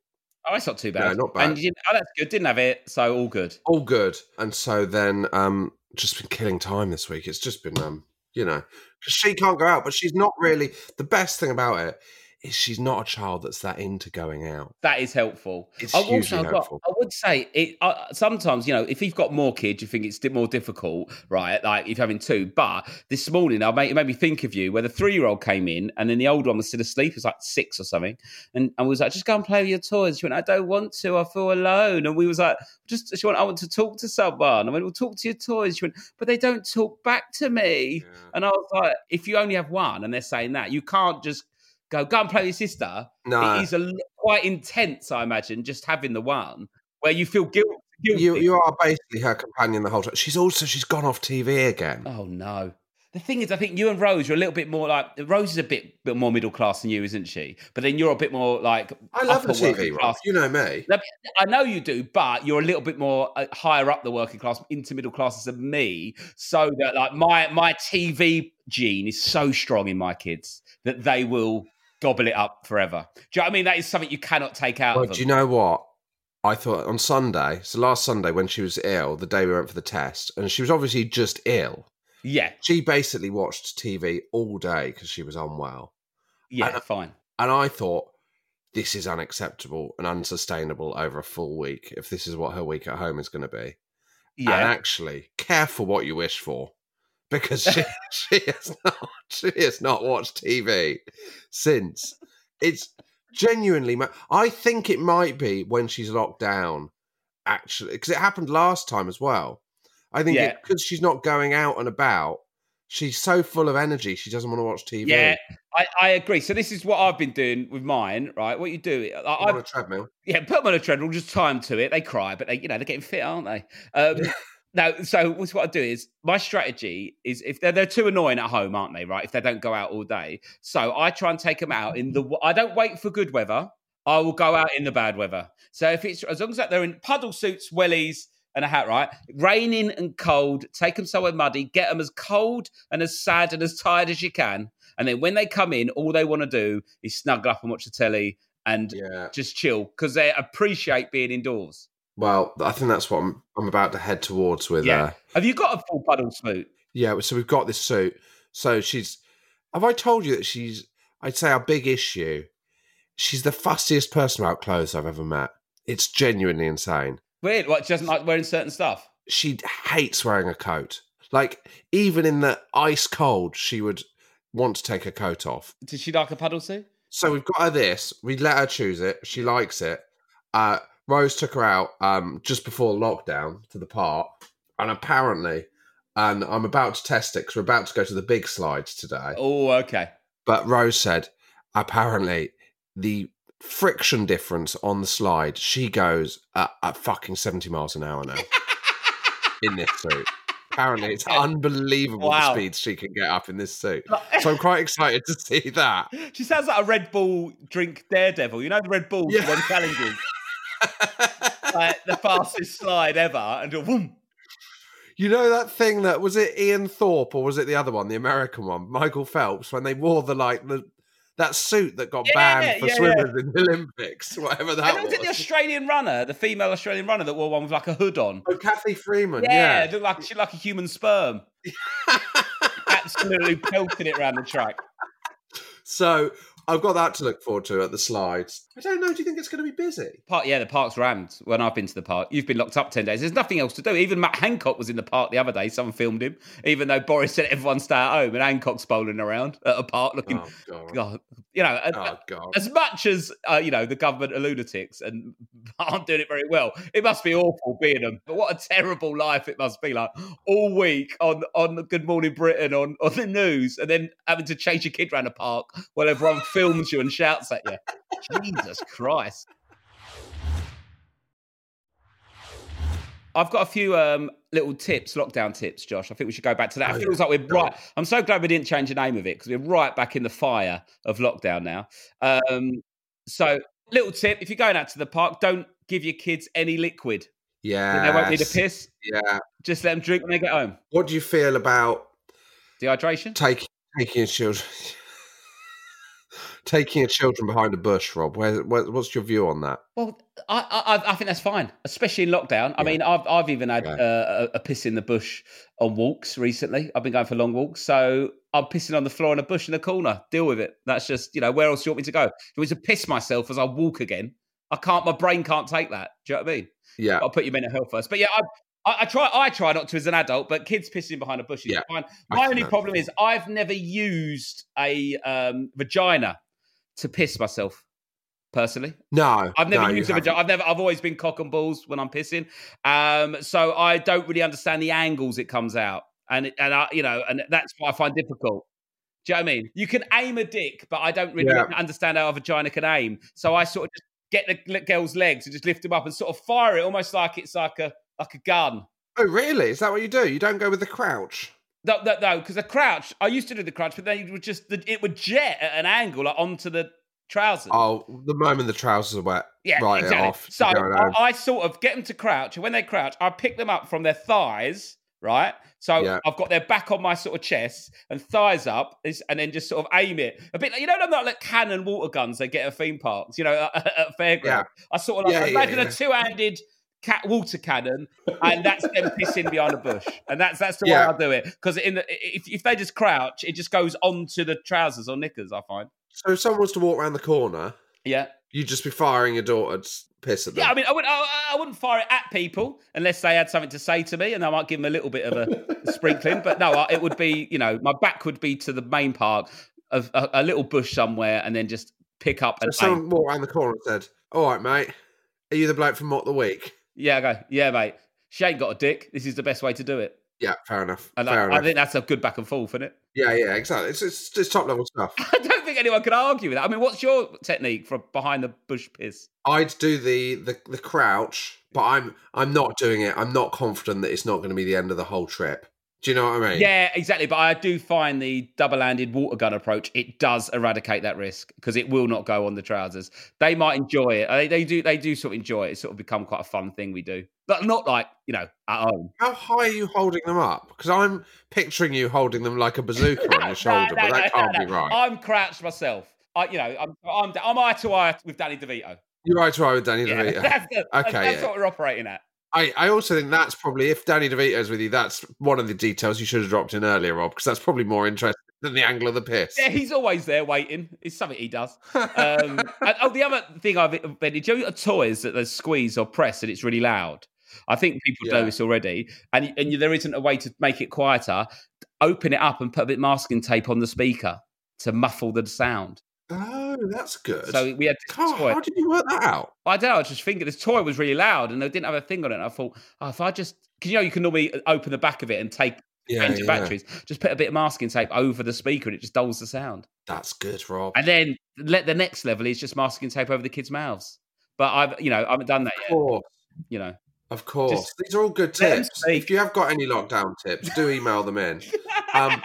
S2: Oh, that's not too
S3: No,
S2: bad.
S3: not bad.
S2: And you didn't, oh, that's good. Didn't have it, so all good.
S3: All good. And so then, um, just been killing time this week. It's just been, um, you know, 'cause she can't go out, but she's not really. The best thing about it is she's not a child that's that into going out.
S2: That is helpful.
S3: It's
S2: I've
S3: hugely
S2: I've got-
S3: helpful.
S2: I would say it. Uh, sometimes you know, if you've got more kids, you think it's di- more difficult, right? Like if you're having two. But this morning, I made, it made me think of you, where the three-year-old came in, and then the old one was still asleep. It was like six or something, and I was like, "Just go and play with your toys." She went, "I don't want to. I feel alone." And we was like, "Just," she went, "I want to talk to someone." I went, "Well, talk to your toys." She went, "But they don't talk back to me." And I was like, "If you only have one, and they're saying that, you can't just." Go, go and play with your sister
S3: No,
S2: it is a l- quite intense, I imagine, just having the one where you feel guilt, guilty.
S3: you you are basically her companion the whole time. She's also she's gone off TV again.
S2: oh no. The thing is, I think you and Rose are a little bit more like Rose is a bit, bit more middle class than you, isn't she? But then you're a bit more like
S3: I love the
S2: upper
S3: TV,
S2: working
S3: Rob.
S2: class.
S3: You know me.
S2: I know you do, but you're a little bit more uh, higher up the working class, into middle classes than me. So that like my my TV gene is so strong in my kids that they will gobble it up forever. Do you know what I mean? That is something you cannot take out
S3: Well,
S2: of them.
S3: do you know what? I thought on Sunday, so last Sunday when she was ill, the day we went for the test, and she was obviously just ill.
S2: yeah,
S3: She basically watched TV all day because she was unwell.
S2: yeah,
S3: And- uh,
S2: fine.
S3: And I thought, this is unacceptable and unsustainable over a full week if this is what her week at home is going to be.
S2: Yeah.
S3: And actually, care for what you wish for because she, she has not she has not watched TV since. It's genuinely. ma- I think it might be when she's locked down, actually, because it happened last time as well. I think
S2: Yeah.
S3: because she's not going out and about, she's so full of energy she doesn't want to watch TV.
S2: Yeah, I, I agree. So this is what I've been doing with mine, right? What you do, I,
S3: I'm on
S2: I
S3: a treadmill.
S2: yeah, put them on a treadmill, just tie them to it. They cry, but they, you know, they're getting fit, aren't they? Um, no, so what's what I do is my strategy is if they're they're too annoying at home, aren't they? Right, if they don't go out all day, so I try and take them out in the. I don't wait for good weather. I will go out in the bad weather. So if it's as long as that they're in puddle suits, wellies, and a hat, right? Raining and cold, take them somewhere muddy, get them as cold and as sad and as tired as you can. And then when they come in, all they want to do is snuggle up and watch the telly and
S3: Yeah.
S2: just chill because they appreciate being indoors.
S3: Well, I think that's what I'm, I'm about to head towards with.
S2: Yeah.
S3: Uh,
S2: Have you got a full puddle suit?
S3: Yeah, so we've got this suit. So she's. Have I told you that she's? I'd say our big issue. She's the fussiest person about clothes I've ever met. It's genuinely insane.
S2: Weird. What she doesn't like wearing certain stuff.
S3: she hates wearing a coat. Like even in the ice cold, she would want to take her coat off.
S2: Does she like a puddle suit?
S3: So we've got her this. We let her choose it. She likes it. Uh, Rose took her out um, just before lockdown to the park, and apparently, and I'm about to test it because we're about to go to the big slides today.
S2: Oh, okay.
S3: But Rose said, apparently, the friction difference on the slide, she goes at, at fucking 70 miles an hour now in this suit. Apparently, it's unbelievable
S2: Wow.
S3: the speeds she can get up in this suit. So I'm quite excited to see that.
S2: She sounds like a Red Bull drink daredevil. You know the Red Bull
S3: Yeah.
S2: one challenges, like the fastest slide ever, and a whoom.
S3: You know that thing that was it Ian Thorpe or was it the other one, the American one, Michael Phelps, when they wore the like the that suit that got
S2: Yeah,
S3: banned for
S2: yeah, yeah.
S3: swimmers in the Olympics, whatever
S2: And
S3: that
S2: was
S3: was.
S2: it the Australian runner, the female Australian runner that wore one with like a hood on?
S3: Oh, Kathy Freeman, yeah.
S2: Yeah, it looked like she looked like a human sperm. Absolutely pelted it around the track.
S3: So I've got that to look forward to at the slides. I don't know. Do you think it's going to be busy?
S2: Park, yeah, the park's rammed. When I've been to the park, you've been locked up ten days. There's nothing else to do. Even Matt Hancock was in the park the other day. Someone filmed him, even though Boris said everyone stay at home, and Hancock's bowling around at a park looking.
S3: Oh god.
S2: God, you know, a-
S3: Oh god.
S2: as much as uh, you know the government are lunatics and aren't doing it very well it must be awful being them but what a terrible life it must be like all week on on good morning britain on on the news and then having to chase your kid round a park while everyone films you and shouts at you jesus christ I've got a few um, little tips, lockdown tips, Josh. I think we should go back to that.
S3: Oh,
S2: it
S3: yeah.
S2: feels like we're right. I'm so glad we didn't change the name of it because we're right back in the fire of lockdown now. Um, so, little tip: if you're going out to the park, don't give your kids any liquid.
S3: Yeah.
S2: They won't need a piss.
S3: Yeah.
S2: Just let them drink when they get home.
S3: What do you feel about
S2: Dehydration.
S3: taking taking your children taking your children behind a bush, Rob? Where, where, what's your view on that?
S2: Well, I, I I- I think that's fine, especially in lockdown. I mean, I've I've even had
S3: Yeah.
S2: uh, a, a piss in the bush on walks recently. I've been going for long walks, so I'm pissing on the floor in a bush in the corner. Deal with it. That's just you know where else do you want me to go? Do you want me to piss myself as I walk again? I can't. My brain can't take that. Do you know what I mean?
S3: Yeah.
S2: I'll put your mental health first. But yeah, I, I, I try. I try not to as an adult, but kids pissing behind a bush is
S3: Yeah, I
S2: fine. My
S3: can
S2: only
S3: understand.
S2: problem is I've never used a um, vagina to piss myself. Personally,
S3: No.
S2: I've never
S3: no, you
S2: used a
S3: haven't.
S2: vagina. I've never. I've always been cock and balls when I'm pissing. Um, so I don't really understand the angles it comes out, and it- and I, you know, and that's what I find difficult. Do you know what I mean? You can aim a dick, but I don't really
S3: Yeah.
S2: understand how a vagina can aim. So I sort of just get the l- girl's legs and just lift them up and sort of fire it, almost like it's like a like a gun.
S3: Oh, really? Is that what you do? You don't go with the crouch?
S2: No, no, no, because the crouch. I used to do the crouch, but then it would just it would jet at an angle like, onto the trousers.
S3: Oh, the moment the trousers are wet,
S2: Yeah,
S3: right
S2: exactly.
S3: it off.
S2: So
S3: you go
S2: I,
S3: down.
S2: I sort of get them to crouch, and when they crouch, I pick them up from their thighs, right? So
S3: Yeah.
S2: I've got their back on my sort of chest and thighs up, is- and then just sort of aim it a bit. like- You know, them like, like cannon water guns they get at theme parks, you know, at, at fairground.
S3: Yeah.
S2: I sort of like
S3: Yeah, yeah,
S2: imagine
S3: yeah.
S2: a two-handed cat water cannon, and that's them pissing behind a bush, and that's that's the
S3: Yeah.
S2: way I do it because in the, if if they just crouch, it just goes onto the trousers or knickers. I find,
S3: so if someone was to walk around the corner,
S2: yeah.
S3: you'd just be firing your daughter's piss at them.
S2: Yeah, I mean, I wouldn't, I, I wouldn't fire it at people unless they had something to say to me, and I might give them a little bit of a sprinkling. But no, I, it would be, you know, my back would be to the main park of a, a little bush somewhere, and then just pick up and
S3: if
S2: aim.
S3: someone walked around the corner and said, "All right, mate, are you the bloke from What the Week?"
S2: Yeah, I go, yeah, mate. She ain't got a dick. This is the best way to do it.
S3: Yeah, fair enough.
S2: And
S3: fair
S2: I, I
S3: enough.
S2: think that's a good back and forth, isn't it?
S3: yeah, yeah, exactly. It's it's, it's top level stuff.
S2: I don't think anyone could argue with that. I mean, what's your technique for behind the bush piss?
S3: I'd do the, the the crouch, but I'm I'm not doing it. I'm not confident that it's not going to be the end of the whole trip. Do you know what I mean?
S2: Yeah, exactly. But I do find the double-handed water gun approach it does eradicate that risk because it will not go on the trousers. They might enjoy it. They, they do. They do sort of enjoy it. It's sort of become quite a fun thing we do, but not like you know at home.
S3: How high are you holding them up? Because I'm picturing you holding them like a bazooka on your shoulder,
S2: No, no,
S3: but that
S2: no, no,
S3: can't be
S2: no. Oh
S3: right.
S2: I'm crouched myself. I, you know, I'm I'm I'm eye to eye with Danny DeVito.
S3: You're eye to eye with Danny
S2: Yeah,
S3: DeVito.
S2: that's, the, that's,
S3: Okay,
S2: that's
S3: yeah.
S2: what we're operating at.
S3: I, I also think that's probably if Danny DeVito's with you, that's one of the details you should have dropped in earlier, Rob, because that's probably more interesting than the angle of the piss.
S2: Yeah, he's always there waiting. It's something he does. Um, and, oh, the other thing I've invented, do you know your toys that they squeeze or press and it's really loud? I think people
S3: Yeah.
S2: know this already, and and there isn't a way to make it quieter. Open it up and put a bit of masking tape on the speaker to muffle the sound.
S3: Oh, that's good.
S2: So we had this
S3: God,
S2: toy.
S3: how did you work that out?
S2: I don't know. I was just thinking this toy was really loud, and they didn't have a thing on it. And I thought, oh, if I just, because you know, you can normally uh, open the back of it and take
S3: Yeah,
S2: change the batteries. Just put a bit of masking tape over the speaker, and it just dulls the sound.
S3: That's good, Rob.
S2: And then let the next level is just masking tape over the kids' mouths. But I've, you know, I haven't done that
S3: of
S2: yet.
S3: course,
S2: You know,
S3: of course.
S2: Just
S3: These are all good
S2: let 'em
S3: tips.
S2: speak.
S3: If you have got any lockdown tips, do email them in. Um,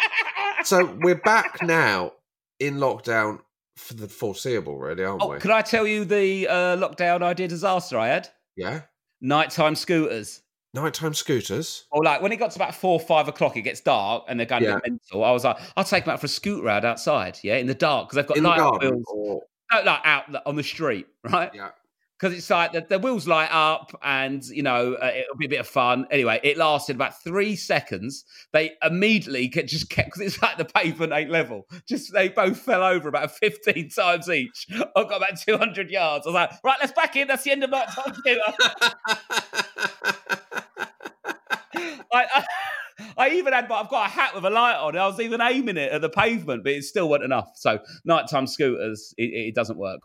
S3: so we're back now in lockdown for the foreseeable, really, aren't
S2: Oh,
S3: we?
S2: could I tell you the uh, lockdown idea disaster I had?
S3: yeah.
S2: Nighttime scooters.
S3: Nighttime scooters.
S2: Or like when it got to about four, five o'clock, it gets dark and they're going
S3: Yeah.
S2: mental. I was like, I'll take them out for a scoot ride outside, yeah, in the dark because they've got
S3: in the
S2: light
S3: garden.
S2: wheels.
S3: Or,
S2: No, like out like, on the street, right?
S3: yeah.
S2: Because it's like the, the wheels light up and, you know, uh, it'll be a bit of fun. Anyway, it lasted about three seconds. They immediately ke- just kept, because it's like the pavement ain't level. Just they both fell over about 15 times each. I got about 200 yards. I was like, right, let's back in. That's the end of my time. I, I, I even had, but I've got a hat with a light on. And I was even aiming it at the pavement, but it still wasn't enough. So nighttime scooters, it, it doesn't work.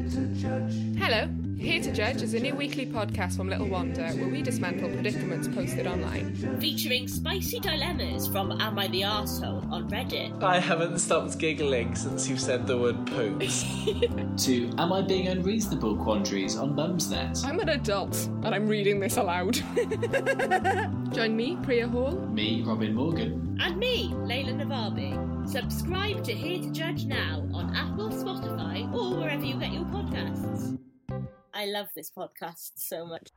S4: Hello. Here to Judge is a new weekly podcast from Little Wonder where we dismantle predicaments posted online.
S5: featuring spicy dilemmas from Am I the Arsehole on Reddit.
S6: I haven't stopped giggling since you said the word poops.
S7: to Am I Being Unreasonable quandaries on Mumsnet?
S4: I'm an adult and I'm reading this aloud. Join me, Priya Hall.
S7: Me, Robin Morgan.
S5: And me, Layla Navabi. Subscribe to Here to Judge now on Apple, Spotify, or wherever you get your podcasts. I love this podcast so much.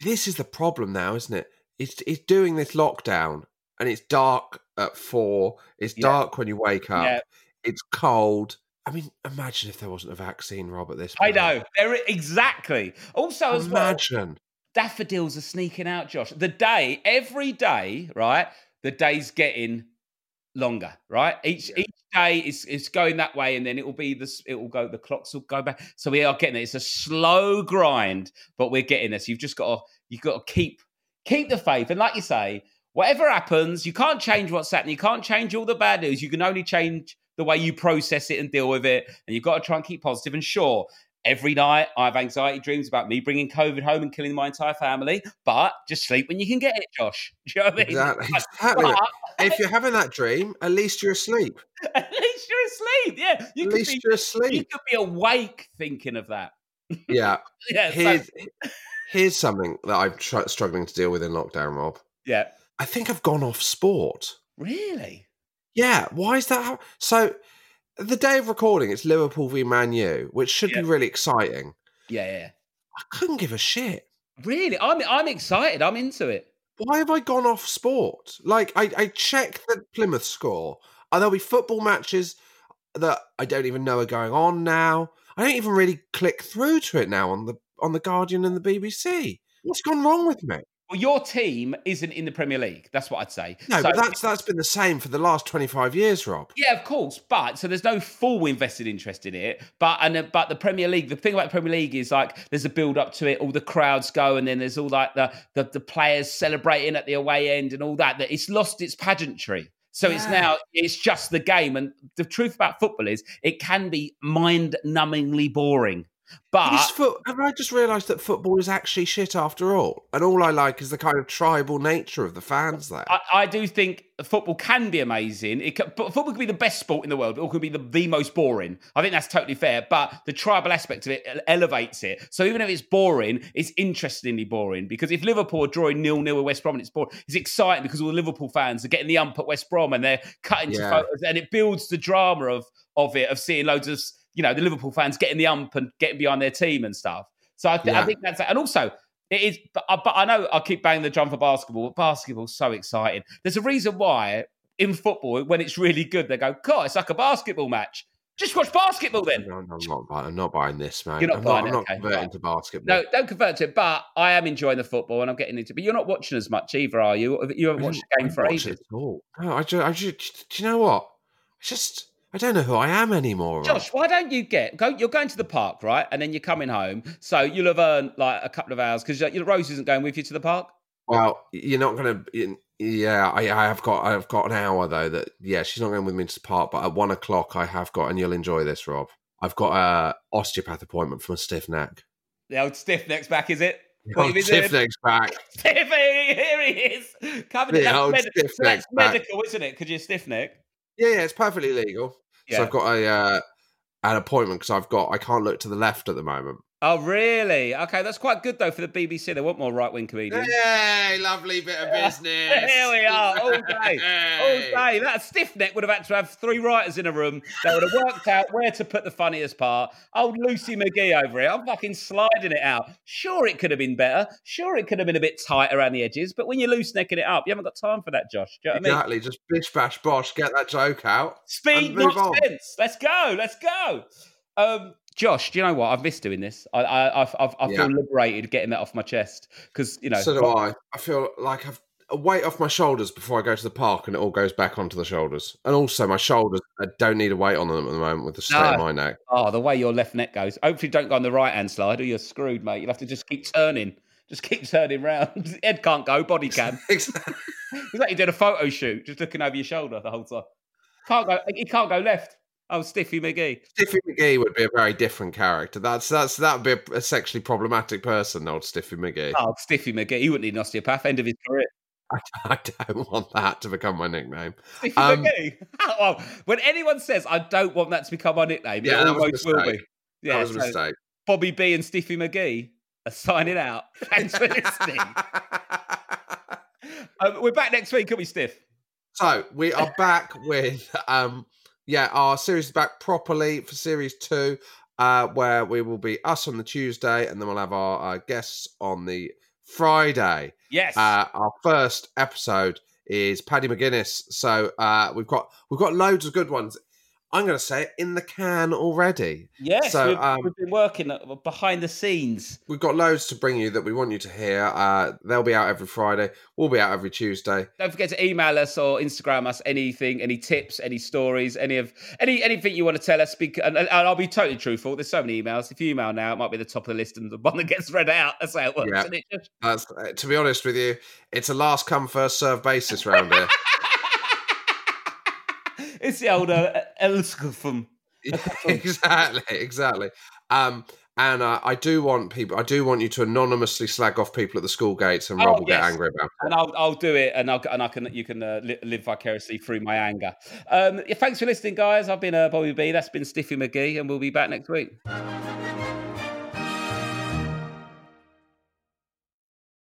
S3: This is the problem now, isn't it? It's it's doing this lockdown, and it's dark at four. It's
S2: Yeah.
S3: dark when you wake up.
S2: Yeah.
S3: It's cold. I mean, imagine if there wasn't a vaccine, Rob. At this,
S2: I
S3: point.
S2: know. They're, e, exactly. Also, as well,
S3: Imagine.
S2: daffodils are sneaking out, Josh. The day, every day, right? The day's getting longer, right? Each each day is it's going that way, and then it will be this. It will go. The clocks will go back. So we are getting it. It's a slow grind, but we're getting this. You've just got to you've got to keep keep the faith, and like you say, whatever happens, you can't change what's happening. You can't change all the bad news. You can only change the way you process it and deal with it. And you've got to try and keep positive. And sure, every night I have anxiety dreams about me bringing COVID home and killing my entire family. But just sleep when you can get it, Josh. Do you know what I mean?
S3: Exactly.
S2: Like,
S3: exactly.
S2: but-
S3: if you're having that dream, at least you're asleep.
S2: at least you're asleep. Yeah, you
S3: At
S2: could
S3: least
S2: be
S3: you're
S2: you
S3: asleep.
S2: could be awake thinking of that.
S3: yeah.
S2: Yeah, so-
S3: Here's here's something that I'm tr- struggling to deal with in lockdown, Rob.
S2: yeah.
S3: I think I've gone off sport.
S2: Really?
S3: Yeah, why is that? hap- So, the day of recording, it's Liverpool v Man U, which should
S2: Yeah.
S3: be really exciting.
S2: Yeah, yeah.
S3: I couldn't give a shit.
S2: Really? I'm I'm excited. I'm into it.
S3: Why have I gone off sport? Like, I, I check the Plymouth score, and there'll be football matches that I don't even know are going on now. I don't even really click through to it now on the on the Guardian and the BBC. What's gone wrong with me?
S2: Well, your team isn't in the Premier League. That's what I'd say.
S3: No,
S2: So-
S3: but that's that's been the same for the last twenty five years, Rob.
S2: Yeah, of course, but so there's no full invested interest in it. But and uh, but the Premier League, the thing about the Premier League is like there's a build up to it. All the crowds go, and then there's all like the the, the players celebrating at the away end and all that. That it's lost its pageantry. So it's now it's just the game. And the truth about football is it can be mind numbingly boring. But
S3: Is foot, have I just realised that football is actually shit after all? And all I like is the kind of tribal nature of the fans there.
S2: I, I do think football can be amazing. It can, but football could be the best sport in the world, or could be the, the most boring. I think that's totally fair. But the tribal aspect of it ele- elevates it. So even if it's boring, it's interestingly boring because if Liverpool are drawing nil nil with West Brom and it's boring, it's exciting because all the Liverpool fans are getting the ump at West Brom and they're cutting to
S3: Yeah.
S2: photos, and it builds the drama of of it of seeing loads of you know the Liverpool fans getting the ump and getting behind their team and stuff. So I, th- I
S3: Yeah.
S2: think that's and also it is, but, I- but I know I keep banging the drum for basketball. But basketball's so exciting. There's a reason why in football, when it's really good, they go, "God, it's like a basketball match." Just watch basketball then.
S3: No, no, I'm, not buying, I'm not buying this, man.
S2: You're not
S3: I'm not,
S2: buying
S3: I'm
S2: it,
S3: not
S2: okay,
S3: converting
S2: fine.
S3: to basketball.
S2: No, don't convert to it. But I am enjoying the football, and I'm getting into. But you're not watching as much either, are
S3: Mm-hmm.
S2: you? You haven't watched the game
S3: I
S2: for
S3: watch
S2: ages.
S3: it at all. No, I just, I just, do you know what? I just, I I don't know who I am anymore. right?
S2: Josh, why don't you get go? You're going to the park, right? And then you're coming home, so you'll have earned like a couple of hours because your Rose isn't going with you to the park.
S3: Well, you're not going to. Yeah, I, I have got. I've got an hour though. That yeah, she's not going with me to the park. But at one o'clock, I have got, and you'll enjoy this, Rob. I've got a osteopath appointment for my stiff neck.
S2: The old stiff neck's back, is it?
S3: Oh,
S2: you been
S3: stiff
S2: doing?
S3: neck's back.
S2: Stiffy, here he is. Covered in
S3: The
S2: that's,
S3: old
S2: med-
S3: stiff
S2: so that's
S3: neck's back.
S2: medical, isn't it? Because you're stiff neck.
S3: Yeah, yeah, it's perfectly legal.
S2: Yeah.
S3: So I've got a uh, an appointment because I've got. I can't look to the left at the moment.
S2: Oh, really? Okay, that's quite good though for the BBC. They want more right wing comedians.
S3: Hey, lovely bit of business.
S2: Here we are, all day, all day. Oh, That stiff neck would have had to have three writers in a room that would have worked out where to put the funniest part. Old Lucy McGee over here, I'm fucking sliding it out. Sure, it could have been better. Sure, it could have been a bit tight around the edges. But when you're loose necking it up, you haven't got time for that, Josh. Do you know what I mean?
S3: Exactly. Just bish bash bosh. Get that joke out.
S2: Speed,
S3: and move
S2: not
S3: on.
S2: sense. Let's go. Let's go. Um, Josh, do you know what? I've missed doing this. I I, I, I, I feel
S3: Yeah.
S2: liberated getting that off my chest because you know.
S3: so do I. I feel like I've a weight off my shoulders before I go to the park, and it all goes back onto the shoulders. And also, my shoulders I don't need a weight on them at the moment with the state of
S2: No.
S3: my neck.
S2: Oh, the way your left neck goes. Hopefully, don't go on the right hand slide, or you're screwed, mate. You'll have to just keep turning. Just keep turning round. Head can't go, body can.
S3: Exactly.
S2: It's like you did a photo shoot, just looking over your shoulder the whole time. Can't go. He can't go left. Oh, Stiffy McGee.
S3: Stiffy McGee would be a very different character. That's that's that would be a, sexually problematic person, old Stiffy McGee.
S2: Oh, Stiffy McGee. He wouldn't need an osteopath. End of his career.
S3: I don't want that to become my nickname.
S2: Stiffy
S3: Um,
S2: McGee. Oh, when anyone says I don't want that to become my nickname,
S3: Yeah,
S2: it
S3: that was a
S2: almost will be.
S3: mistake. that was a
S2: so
S3: mistake.
S2: Bobby B and Stiffy McGee are signing out. Thanks for listening. um, we're back next week, aren't we, Stiff?
S3: So we are back with um yeah, our series is back properly for series two, uh, where we will be us on the Tuesday and then we'll have our uh, guests on the Friday.
S2: Yes.
S3: Uh, our first episode is Paddy McGuinness. So uh, we've got we've got loads of good ones. I'm gonna say it, in the can already.
S2: Yes,
S3: So,
S2: we've,
S3: um,
S2: we've been working at- behind the scenes.
S3: We've got loads to bring you that we want you to hear. Uh, they'll be out every Friday. We'll be out every Tuesday.
S2: Don't forget to email us or Instagram us anything, any tips, any stories, any of any anything you want to tell us. Because, and, and I'll be totally truthful. There's so many emails. If you email now, it might be the top of the list and the one that gets read out. That's how it works.
S3: Yeah.
S2: isn't it? Just-
S3: That's, uh, to be honest with you, it's a last come first serve basis round here.
S2: it's the old uh, Elskofum.
S3: Yeah, exactly, exactly. Um, and uh, I do want people. I do want you to anonymously slag off people at the school gates, and
S2: Oh,
S3: Rob will get
S2: yes.
S3: angry about it.
S2: and I'll, I'll do it, and I'll, and I can you can uh, li- live vicariously through my anger. Um, yeah, thanks for listening, guys. I've been uh, Bobby B. That's been Stiffy McGee, and we'll be back next week.